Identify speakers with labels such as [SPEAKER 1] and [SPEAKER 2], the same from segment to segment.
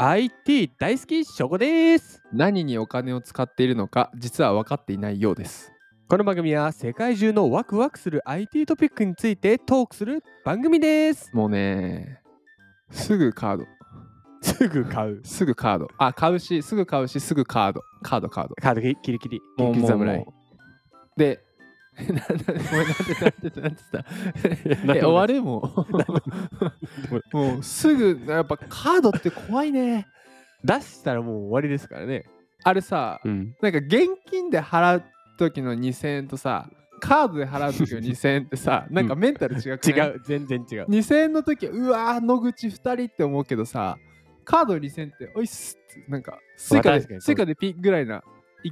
[SPEAKER 1] IT 大好きしょこです
[SPEAKER 2] 何にお金を使っているのか実は分かっていないようです
[SPEAKER 1] この番組は世界中のワクワクする IT トピックについてトークする番組です
[SPEAKER 2] もうねすぐカード
[SPEAKER 1] すぐ買う
[SPEAKER 2] すぐカードあ買うしすぐ買うしすぐカードカードカード
[SPEAKER 1] カードキキリキリ
[SPEAKER 2] もう
[SPEAKER 1] キリキリ
[SPEAKER 2] もう
[SPEAKER 1] 侍
[SPEAKER 2] もうで ななごめんなんてなんてなんて言った
[SPEAKER 1] なん
[SPEAKER 2] え
[SPEAKER 1] で
[SPEAKER 2] 終
[SPEAKER 1] もな
[SPEAKER 2] わ
[SPEAKER 1] い
[SPEAKER 2] るも
[SPEAKER 1] でも
[SPEAKER 2] うもうすぐやっぱカードって怖いね
[SPEAKER 1] 出したらもう終わりですからね
[SPEAKER 2] あれさ
[SPEAKER 1] うん
[SPEAKER 2] なんか現金で払う時の2000円とさカードで払う 時の2000円ってさなんかメンタル違く
[SPEAKER 1] 違
[SPEAKER 2] ないう
[SPEAKER 1] 全然違う
[SPEAKER 2] 2000円の時はうわー野口2人って思うけどさカード2000っておいっすってなんかスイカ
[SPEAKER 1] 確かに
[SPEAKER 2] でスイカでピッぐらいな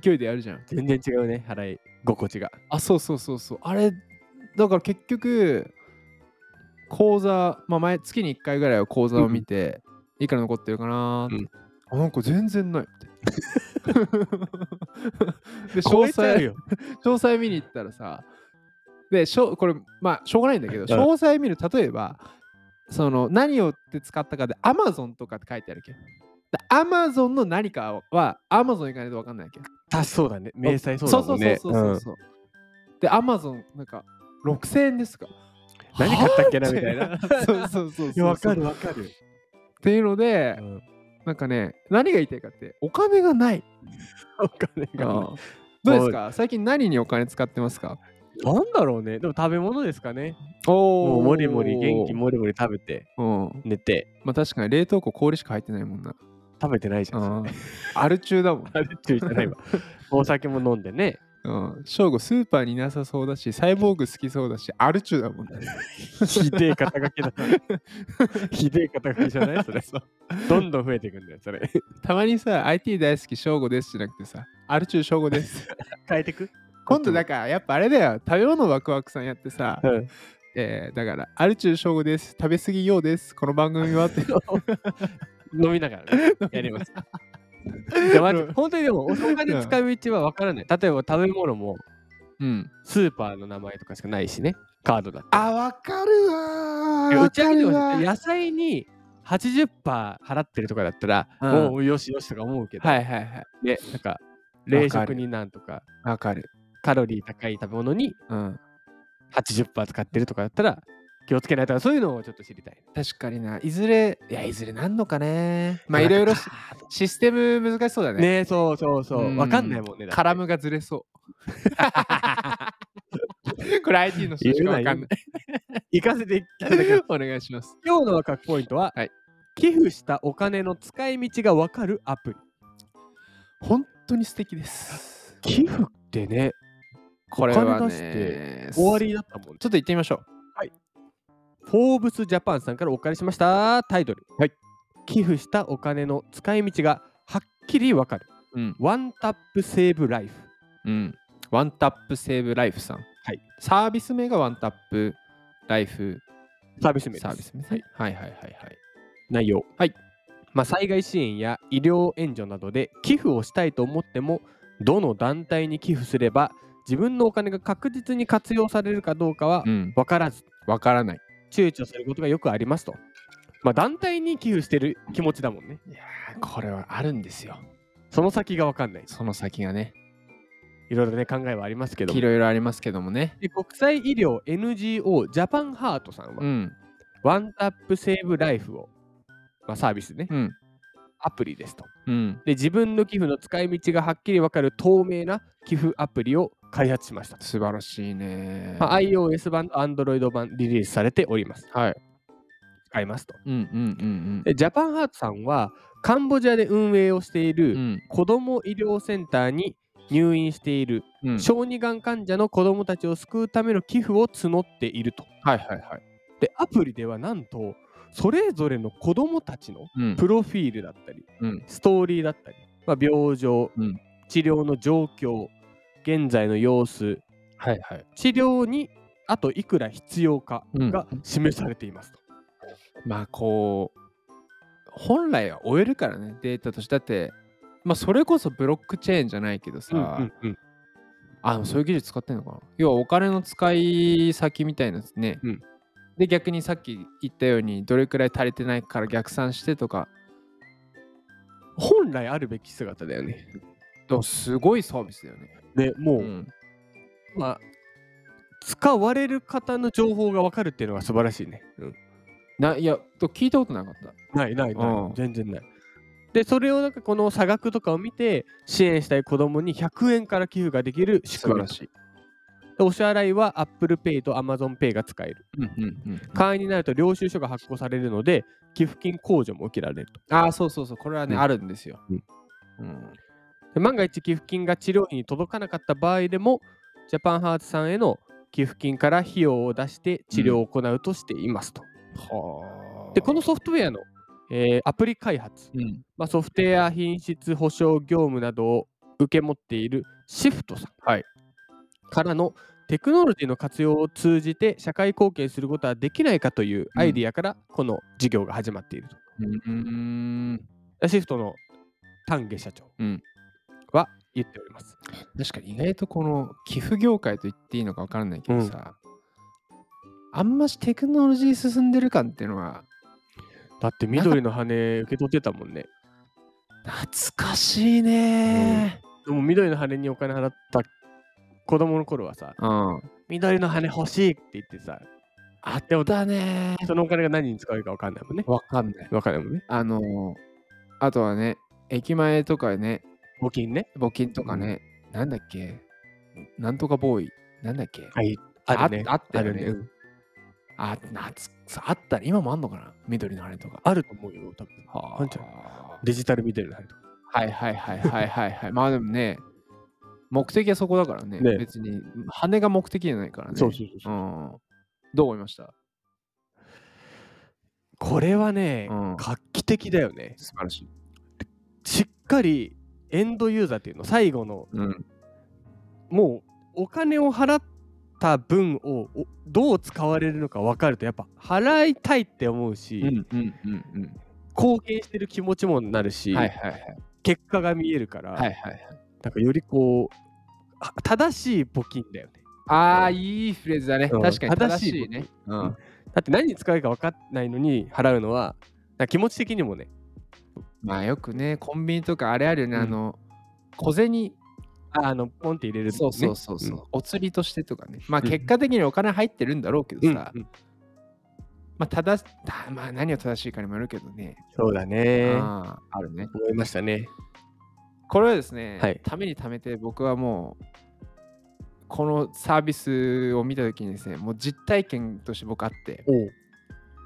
[SPEAKER 2] 勢いでやるじゃん
[SPEAKER 1] 全然違うね払い心地が
[SPEAKER 2] あそうそうそうそうあれだから結局口座まあ前月に1回ぐらいは口座を見て、いくら残ってるかなーって、あなんか全然 ないってで詳
[SPEAKER 1] 超えちゃう
[SPEAKER 2] 細
[SPEAKER 1] よ
[SPEAKER 2] 詳細見に行ったらさでしょこれまあしょうがないんだけど
[SPEAKER 1] ん
[SPEAKER 2] 詳細見る例えばその何をって使ったかで Amazon とかって書いてあるけど Amazon の何かは Amazon 行かないと分かんないけど
[SPEAKER 1] あそうだね明細そうだもんね
[SPEAKER 2] そうそうそうそうそう、で Amazon なんか6000円ですか
[SPEAKER 1] うん何買ったっけなみたい
[SPEAKER 2] は
[SPEAKER 1] な
[SPEAKER 2] ぁそうそうそうそう
[SPEAKER 1] いやわかるわかる
[SPEAKER 2] っていうので、
[SPEAKER 1] うん
[SPEAKER 2] なんかね何が言いたいかってお金がない
[SPEAKER 1] お金が
[SPEAKER 2] どうですか最近何にお金使ってますか
[SPEAKER 1] なんだろうねでも食べ物ですかね
[SPEAKER 2] お
[SPEAKER 1] もうもりもり元気もりもり食べて
[SPEAKER 2] うん
[SPEAKER 1] 寝て
[SPEAKER 2] まあ確かに冷凍庫氷しか入ってないもんな
[SPEAKER 1] 食べてないじゃん。
[SPEAKER 2] うんアル中だもん
[SPEAKER 1] あれ注意して ないわ。お酒も飲んでね。
[SPEAKER 2] うん翔吾スーパーにいなさそうだしサイボーグ好きそうだしアル中だもんね
[SPEAKER 1] ひでえ肩書きだな。 ひでえ肩書きじゃないそれ。どんどん増えていくんだよ、それ。
[SPEAKER 2] たまにさ IT 大好き翔吾ですじゃなくてさアル中翔吾です
[SPEAKER 1] 変えてく
[SPEAKER 2] 今度だからやっぱあれだよ食べ物ワクワクさんやってさ、
[SPEAKER 1] うん。
[SPEAKER 2] えーだからある中正午です食べ過ぎようですこの番組はって
[SPEAKER 1] 飲みながら ね、やります。いや、マジ本当にでも、お金で使い道は分からない。例えば食べ物も、
[SPEAKER 2] うん
[SPEAKER 1] スーパーの名前とかしかないしね。カードだって。
[SPEAKER 2] あわかるわ
[SPEAKER 1] いや
[SPEAKER 2] ー
[SPEAKER 1] うちは見てほしい
[SPEAKER 2] わかるわー
[SPEAKER 1] 野菜に80%払ってるとかだったら、
[SPEAKER 2] うん
[SPEAKER 1] もうよしよしとか思うけど、
[SPEAKER 2] はいはいはい
[SPEAKER 1] ね、なんか、冷
[SPEAKER 2] わか
[SPEAKER 1] 食
[SPEAKER 2] る
[SPEAKER 1] になんとか、
[SPEAKER 2] わかる
[SPEAKER 1] カロリー高い食べ物に
[SPEAKER 2] うん
[SPEAKER 1] 80%使ってるとかだったら気をつけないとかそういうのをちょっと知りたい。
[SPEAKER 2] 確かにないずれいやいずれなんのかねまあ
[SPEAKER 1] ないんか
[SPEAKER 2] ろいろしシステム難しそうだね
[SPEAKER 1] ねえそうそうそうう。
[SPEAKER 2] ん
[SPEAKER 1] わかんないもんね。だって
[SPEAKER 2] カラムがずれ そうこれ IT の人しかわかんない
[SPEAKER 1] 行かせていただきます
[SPEAKER 2] お願いします
[SPEAKER 1] 今日のワクワクポイントは、
[SPEAKER 2] はい
[SPEAKER 1] 寄付したお金の使い道がわかるアプ
[SPEAKER 2] 本当に素敵です
[SPEAKER 1] リ。寄付ってね、
[SPEAKER 2] これはね
[SPEAKER 1] お金出して終わりだったもんね。
[SPEAKER 2] ちょっと行ってみましょう
[SPEAKER 1] フォーブスジャパンさんからお借りしましたタイトル。
[SPEAKER 2] はい
[SPEAKER 1] 寄付したお金の使い道がはっきりわかる。
[SPEAKER 2] うん
[SPEAKER 1] ワンタップセーブライフ。
[SPEAKER 2] うん。ワンタップセーブライフさん。
[SPEAKER 1] はい。
[SPEAKER 2] サービス名がワンタップライフ
[SPEAKER 1] サービス名です。
[SPEAKER 2] サービス名。
[SPEAKER 1] はい。
[SPEAKER 2] はいはいはいはい。
[SPEAKER 1] 内容、
[SPEAKER 2] はい
[SPEAKER 1] まあ、災害支援や医療援助などで寄付をしたいと思ってもどの団体に寄付すれば自分のお金が確実に活用されるかどうかは
[SPEAKER 2] うん。
[SPEAKER 1] 分からず
[SPEAKER 2] わからない。
[SPEAKER 1] 躊躇することがよくありますと、まあ、団体に寄付してる気持ちだもんね
[SPEAKER 2] これはあるんですよ。
[SPEAKER 1] その先が分かんない
[SPEAKER 2] その先がね。
[SPEAKER 1] いろいろね考えはありますけど
[SPEAKER 2] い
[SPEAKER 1] も
[SPEAKER 2] ろいろありますけどもね。
[SPEAKER 1] で国際医療 NGO ジャパンハートさんは、
[SPEAKER 2] うん。
[SPEAKER 1] ワンタップセーブライフを、まあ、サービスね
[SPEAKER 2] うん。
[SPEAKER 1] アプリですと
[SPEAKER 2] うん。
[SPEAKER 1] で自分の寄付の使い道がはっきり分かる透明な寄付アプリを開発しましたと、
[SPEAKER 2] 素晴らしいね。
[SPEAKER 1] まあ、iOS 版と Android 版リリースされております
[SPEAKER 2] はい。
[SPEAKER 1] 使いますと
[SPEAKER 2] うんうん
[SPEAKER 1] でジャパンハートさんはカンボジアで運営をしてい
[SPEAKER 2] うんうん。う
[SPEAKER 1] る
[SPEAKER 2] ん
[SPEAKER 1] 子ども医療センターに入院している
[SPEAKER 2] うん。
[SPEAKER 1] 小児がん患者の子どもたちを救うための寄付を募っていると
[SPEAKER 2] はいはいはい。
[SPEAKER 1] でアプリではなんとそれぞれの子どもたちの
[SPEAKER 2] うん
[SPEAKER 1] プロフィールだったり、
[SPEAKER 2] うん
[SPEAKER 1] ストーリーだったり、まあ、病状、
[SPEAKER 2] うん
[SPEAKER 1] 治療の状況現在の様子
[SPEAKER 2] はいはい。
[SPEAKER 1] 治療にあといくら必要か
[SPEAKER 2] うん
[SPEAKER 1] が示されていますと、
[SPEAKER 2] まあこう本来は終えるからねデータとしてだってまあそれこそブロックチェーンじゃないけどさ、
[SPEAKER 1] うんうんうん
[SPEAKER 2] あでもそういう技術使ってんのかな要はお金の使い先みたいなですね、
[SPEAKER 1] うん
[SPEAKER 2] で逆にさっき言ったようにどれくらい足りてないから逆算してとか
[SPEAKER 1] 本来あるべき姿だよね。
[SPEAKER 2] でもすごいサービスだよね。
[SPEAKER 1] でもう、
[SPEAKER 2] うん、
[SPEAKER 1] まあ、使われる方の情報が分かるっていうのが素晴らしいね。うん、
[SPEAKER 2] ないやと聞いたことなかった。
[SPEAKER 1] ないないない、
[SPEAKER 2] うん
[SPEAKER 1] 全然ない。でそれをなんかこの差額とかを見て支援したい子供に100円から寄付ができる仕組み
[SPEAKER 2] しい。
[SPEAKER 1] でお支払いは ApplePay と AmazonPay が使える
[SPEAKER 2] うんうんうん、
[SPEAKER 1] 会員になると領収書が発行されるので寄付金控除も受けられると
[SPEAKER 2] ああ、そうそうそう、これはね、
[SPEAKER 1] うん
[SPEAKER 2] あるんですよ。
[SPEAKER 1] うん
[SPEAKER 2] うん
[SPEAKER 1] で万が一寄付金が治療費に届かなかった場合でもジャパンハーツさんへの寄付金から費用を出して治療を行うとしていますと、
[SPEAKER 2] はあ。
[SPEAKER 1] でこのソフトウェアの、えーアプリ開発、
[SPEAKER 2] うん、
[SPEAKER 1] まあ、ソフトウェア品質保証業務などを受け持っているシフトさん
[SPEAKER 2] はい
[SPEAKER 1] からのテクノロジーの活用を通じて社会貢献することはできないかというアイディアからこの事業が始まっていると。
[SPEAKER 2] うん、
[SPEAKER 1] シフトの丹下社長
[SPEAKER 2] うん
[SPEAKER 1] は言っております。
[SPEAKER 2] 確かに意外とこの寄付業界と言っていいのか分からないけどさ、あんましテクノロジー進んでる感っていうのは
[SPEAKER 1] だって緑の羽受け取ってたもんね。
[SPEAKER 2] 懐かしいね
[SPEAKER 1] でも緑の羽にお金払った子供の頃はさ、
[SPEAKER 2] うん、
[SPEAKER 1] 緑の羽欲しいって言ってさ、
[SPEAKER 2] あったね
[SPEAKER 1] そのお金が何に使うか分かんないもんね。
[SPEAKER 2] わかんない
[SPEAKER 1] 分かんないもんね。
[SPEAKER 2] あのーあとはね駅前とかね
[SPEAKER 1] 募金ね。
[SPEAKER 2] 募金とかね、なんだっけなんとかボーイなんだっけ
[SPEAKER 1] はい。あるね。
[SPEAKER 2] ああった
[SPEAKER 1] あ
[SPEAKER 2] よ
[SPEAKER 1] る
[SPEAKER 2] ね
[SPEAKER 1] ね。うん
[SPEAKER 2] あ懐さあったね今もあんのかな緑のあれとか
[SPEAKER 1] あると思うよ、多分。
[SPEAKER 2] は
[SPEAKER 1] あんじゃデジタル見てるな。
[SPEAKER 2] はいはいはいはいはいはい。 まあでもね、目的はそこだからね。
[SPEAKER 1] ね
[SPEAKER 2] 別に、羽が目的じゃないからね。
[SPEAKER 1] そうそうそうそう
[SPEAKER 2] うん。どう思いました
[SPEAKER 1] これはね、
[SPEAKER 2] うん
[SPEAKER 1] 画期的だよね。
[SPEAKER 2] 素晴らしい。
[SPEAKER 1] しっかりエンドユーザーっていうの、最後の、
[SPEAKER 2] うん。
[SPEAKER 1] もうお金を払った分をおどう使われるのか分かると、やっぱ払いたいって思うし、
[SPEAKER 2] うんうんうんう
[SPEAKER 1] 貢献してる気持ちもなるし、
[SPEAKER 2] ん。はいはいはい。
[SPEAKER 1] 結果が見えるから、
[SPEAKER 2] はいはい。
[SPEAKER 1] なんかよりこう、あ正しい募金だよね。
[SPEAKER 2] ああ、いいフレーズだね。
[SPEAKER 1] うん
[SPEAKER 2] 確かに正
[SPEAKER 1] 正しい
[SPEAKER 2] しいね。うん。
[SPEAKER 1] だって何に使うか分かんないのに払うのは、なんか気持ち的にもね、
[SPEAKER 2] まあよくね、コンビニとかあれあるよね、
[SPEAKER 1] うん
[SPEAKER 2] あの、小銭、
[SPEAKER 1] ああのポンって入れる、ね、
[SPEAKER 2] そうそうそうそう
[SPEAKER 1] う、
[SPEAKER 2] お釣りとしてとかね。まあ
[SPEAKER 1] うん
[SPEAKER 2] 結果的にお金入ってるんだろうけど
[SPEAKER 1] うん。
[SPEAKER 2] さ、
[SPEAKER 1] うん
[SPEAKER 2] まあ正し、たまあ何が正しいかにもよるけどね。
[SPEAKER 1] そうだね。
[SPEAKER 2] あーあるね。
[SPEAKER 1] 思いましたね。
[SPEAKER 2] これはですね、
[SPEAKER 1] はい
[SPEAKER 2] ためにためて僕はもうこのサービスを見た時にですねもう実体験として僕あって
[SPEAKER 1] おう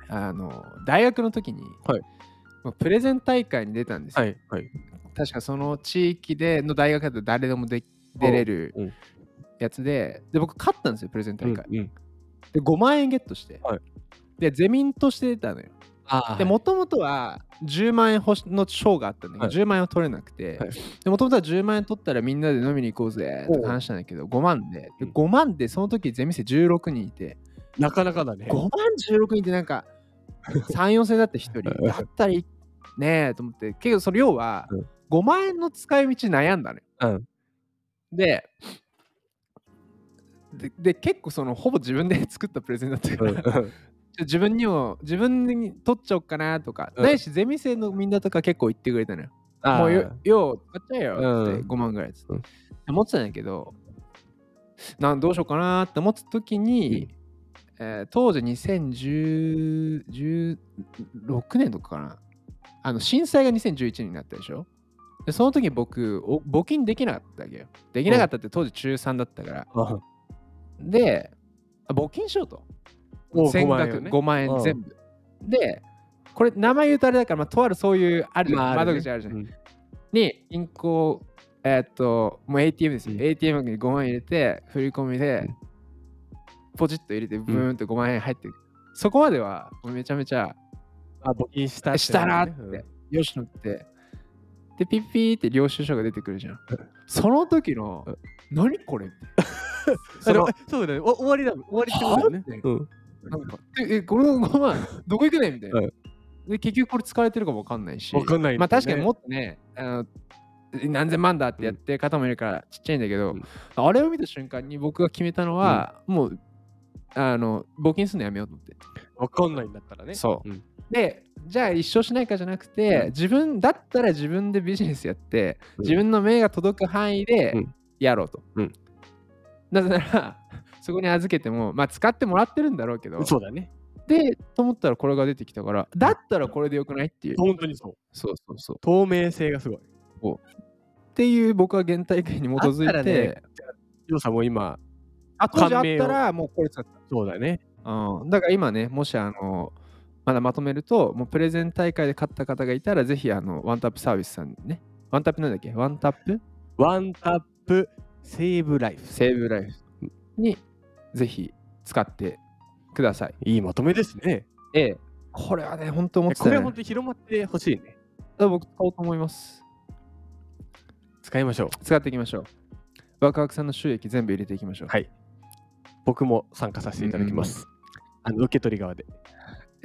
[SPEAKER 2] あの大学の時に、
[SPEAKER 1] はい
[SPEAKER 2] もうプレゼン大会に出たんですよ、
[SPEAKER 1] はいはい。
[SPEAKER 2] 確かその地域での大学だと誰でもで出れる
[SPEAKER 1] うん
[SPEAKER 2] やつでで僕勝ったんですよプレゼン大会、
[SPEAKER 1] うんうん
[SPEAKER 2] で5万円ゲットして、
[SPEAKER 1] はい
[SPEAKER 2] でゼミンとして出たのよ
[SPEAKER 1] あ
[SPEAKER 2] でもともとは10万円ほしの賞があったんだけど、
[SPEAKER 1] はい
[SPEAKER 2] 10万円を取れなくて
[SPEAKER 1] はい
[SPEAKER 2] もともとは10万円取ったらみんなで飲みに行こうぜ
[SPEAKER 1] おう
[SPEAKER 2] とか話したんだけど5万でで
[SPEAKER 1] うん
[SPEAKER 2] 5万でその時ゼミ生16人いて
[SPEAKER 1] なかなかだね
[SPEAKER 2] 5。万16人ってなんか34世だって1人
[SPEAKER 1] うん
[SPEAKER 2] だったりねえと思って結構それ要は
[SPEAKER 1] うん
[SPEAKER 2] 5万円の使い道悩んだのよ、
[SPEAKER 1] うん
[SPEAKER 2] ででで結構そのほぼ自分で作ったプレゼンだったか
[SPEAKER 1] う
[SPEAKER 2] ら、
[SPEAKER 1] んうん
[SPEAKER 2] 自分にも自分に取っちゃおうかなとか、
[SPEAKER 1] うん
[SPEAKER 2] ないしゼミ生のみんなとか結構言ってくれたのよ。
[SPEAKER 1] あー
[SPEAKER 2] もうよ、よう、買っちゃえよっ
[SPEAKER 1] う
[SPEAKER 2] て
[SPEAKER 1] ん
[SPEAKER 2] 5万ぐらいっつって
[SPEAKER 1] うん
[SPEAKER 2] 思ってたんだけど、なんどうしようかなって思ってた時に、
[SPEAKER 1] うん
[SPEAKER 2] えー当時2016年とかかな。あの震災が2011年になったでしょでその時僕お募金できなかったわけよ。できなかったって当時中3だったから。
[SPEAKER 1] あ
[SPEAKER 2] で、あ募金しようと。
[SPEAKER 1] お
[SPEAKER 2] 全
[SPEAKER 1] 5万
[SPEAKER 2] 額
[SPEAKER 1] 円ね
[SPEAKER 2] 5万
[SPEAKER 1] う
[SPEAKER 2] 円
[SPEAKER 1] ん
[SPEAKER 2] 全部。で、これ名前言うとあれだから、まあ、とあるそういうあるじゃん、
[SPEAKER 1] まああるね
[SPEAKER 2] 窓口あるじゃん。
[SPEAKER 1] うん
[SPEAKER 2] に、銀行、えーっと、もう ATM ですよ。
[SPEAKER 1] うん
[SPEAKER 2] ATM に5万円入れて、振り込みで
[SPEAKER 1] うん、
[SPEAKER 2] ポチッと入れて、ブーンと5万円入ってくる。そこまでは、もうめちゃめちゃ、
[SPEAKER 1] あ募金したって
[SPEAKER 2] したなって、
[SPEAKER 1] うん
[SPEAKER 2] よしのって。で、ピッピーって領収書が出てくるじゃん。その時の
[SPEAKER 1] うん、
[SPEAKER 2] 何 これみたいな
[SPEAKER 1] あで
[SPEAKER 2] その
[SPEAKER 1] もそうだね。お終わりだもん。終わりってことだよね
[SPEAKER 2] はって。
[SPEAKER 1] うん
[SPEAKER 2] なんか、え、えこの5万、 どこ行くねんみたいな。
[SPEAKER 1] うん
[SPEAKER 2] で、結局これ使われてるかもわかんないし。
[SPEAKER 1] わかんないんだよね
[SPEAKER 2] まあ確かにもっとね、あの何千万だってやってる方もいるからちっちゃいんだけど、
[SPEAKER 1] うん
[SPEAKER 2] あれを見た瞬間に僕が決めたのは、もう、あの、募金するのやめようと思って。
[SPEAKER 1] わかんないんだったらね。
[SPEAKER 2] そう
[SPEAKER 1] うん。
[SPEAKER 2] で、じゃあ一生しないかじゃなくて、
[SPEAKER 1] うん
[SPEAKER 2] 自分だったら自分でビジネスやって、
[SPEAKER 1] うん
[SPEAKER 2] 自分の目が届く範囲で
[SPEAKER 1] うん
[SPEAKER 2] やろうと。
[SPEAKER 1] うん
[SPEAKER 2] なぜならそこに預けても、まあ、使ってもらってるんだろうけど
[SPEAKER 1] そうだね。
[SPEAKER 2] でと思ったらこれが出てきたからだったらこれでよくないっていう
[SPEAKER 1] 本当にそう。
[SPEAKER 2] そうそうそう
[SPEAKER 1] 透明性がすごい。
[SPEAKER 2] っていう僕は原体験に基づ
[SPEAKER 1] あっ
[SPEAKER 2] い
[SPEAKER 1] たらね
[SPEAKER 2] て
[SPEAKER 1] ヨウさんも今、
[SPEAKER 2] あ当時あ
[SPEAKER 1] 感
[SPEAKER 2] っ
[SPEAKER 1] 銘を
[SPEAKER 2] たらもうこれ使って
[SPEAKER 1] そうだね。
[SPEAKER 2] うん、だから今ね、もしあの、まだまとめると、もうプレゼン大会で勝った方がいたら、ぜひあの、ワンタップサービスさんにね、ワンタップなんだっけワンタップ
[SPEAKER 1] ワンタップセーブライフ。
[SPEAKER 2] セーブライフにぜひ使ってください。
[SPEAKER 1] いいまとめですね。
[SPEAKER 2] ええ、これはね、本当思ってた、
[SPEAKER 1] こ
[SPEAKER 2] ね。
[SPEAKER 1] れ本当に広まってほしいね。
[SPEAKER 2] 僕使おうと思います。
[SPEAKER 1] 使いましょう。
[SPEAKER 2] 使っていきましょう。ワクワクさんの収益全部入れていきましょう。
[SPEAKER 1] はい僕も参加させていただきます。あの受け取り側で。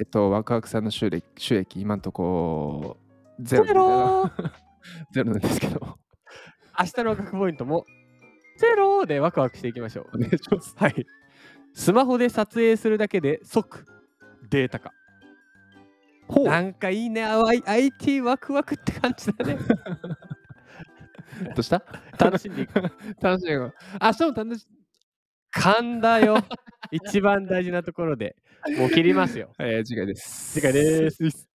[SPEAKER 2] えっと、ワクワクさんの収益、収益今んとこ、ゼロ。
[SPEAKER 1] ー
[SPEAKER 2] ゼロなんですけど。
[SPEAKER 1] 明日のワクワクポイントもゼローでワクワクしていきましょう。
[SPEAKER 2] お願いします。
[SPEAKER 1] はい。スマホで撮影するだけで即データ化。
[SPEAKER 2] ほ
[SPEAKER 1] なんかいいね、あわい IT ワクワクって感じだ ね。
[SPEAKER 2] どうした
[SPEAKER 1] 楽しんでいく。
[SPEAKER 2] 楽しみが。明日も楽し
[SPEAKER 1] 勘だよ。一番大事なところでもう切りますよ。
[SPEAKER 2] えー、次回で す。
[SPEAKER 1] 次回です。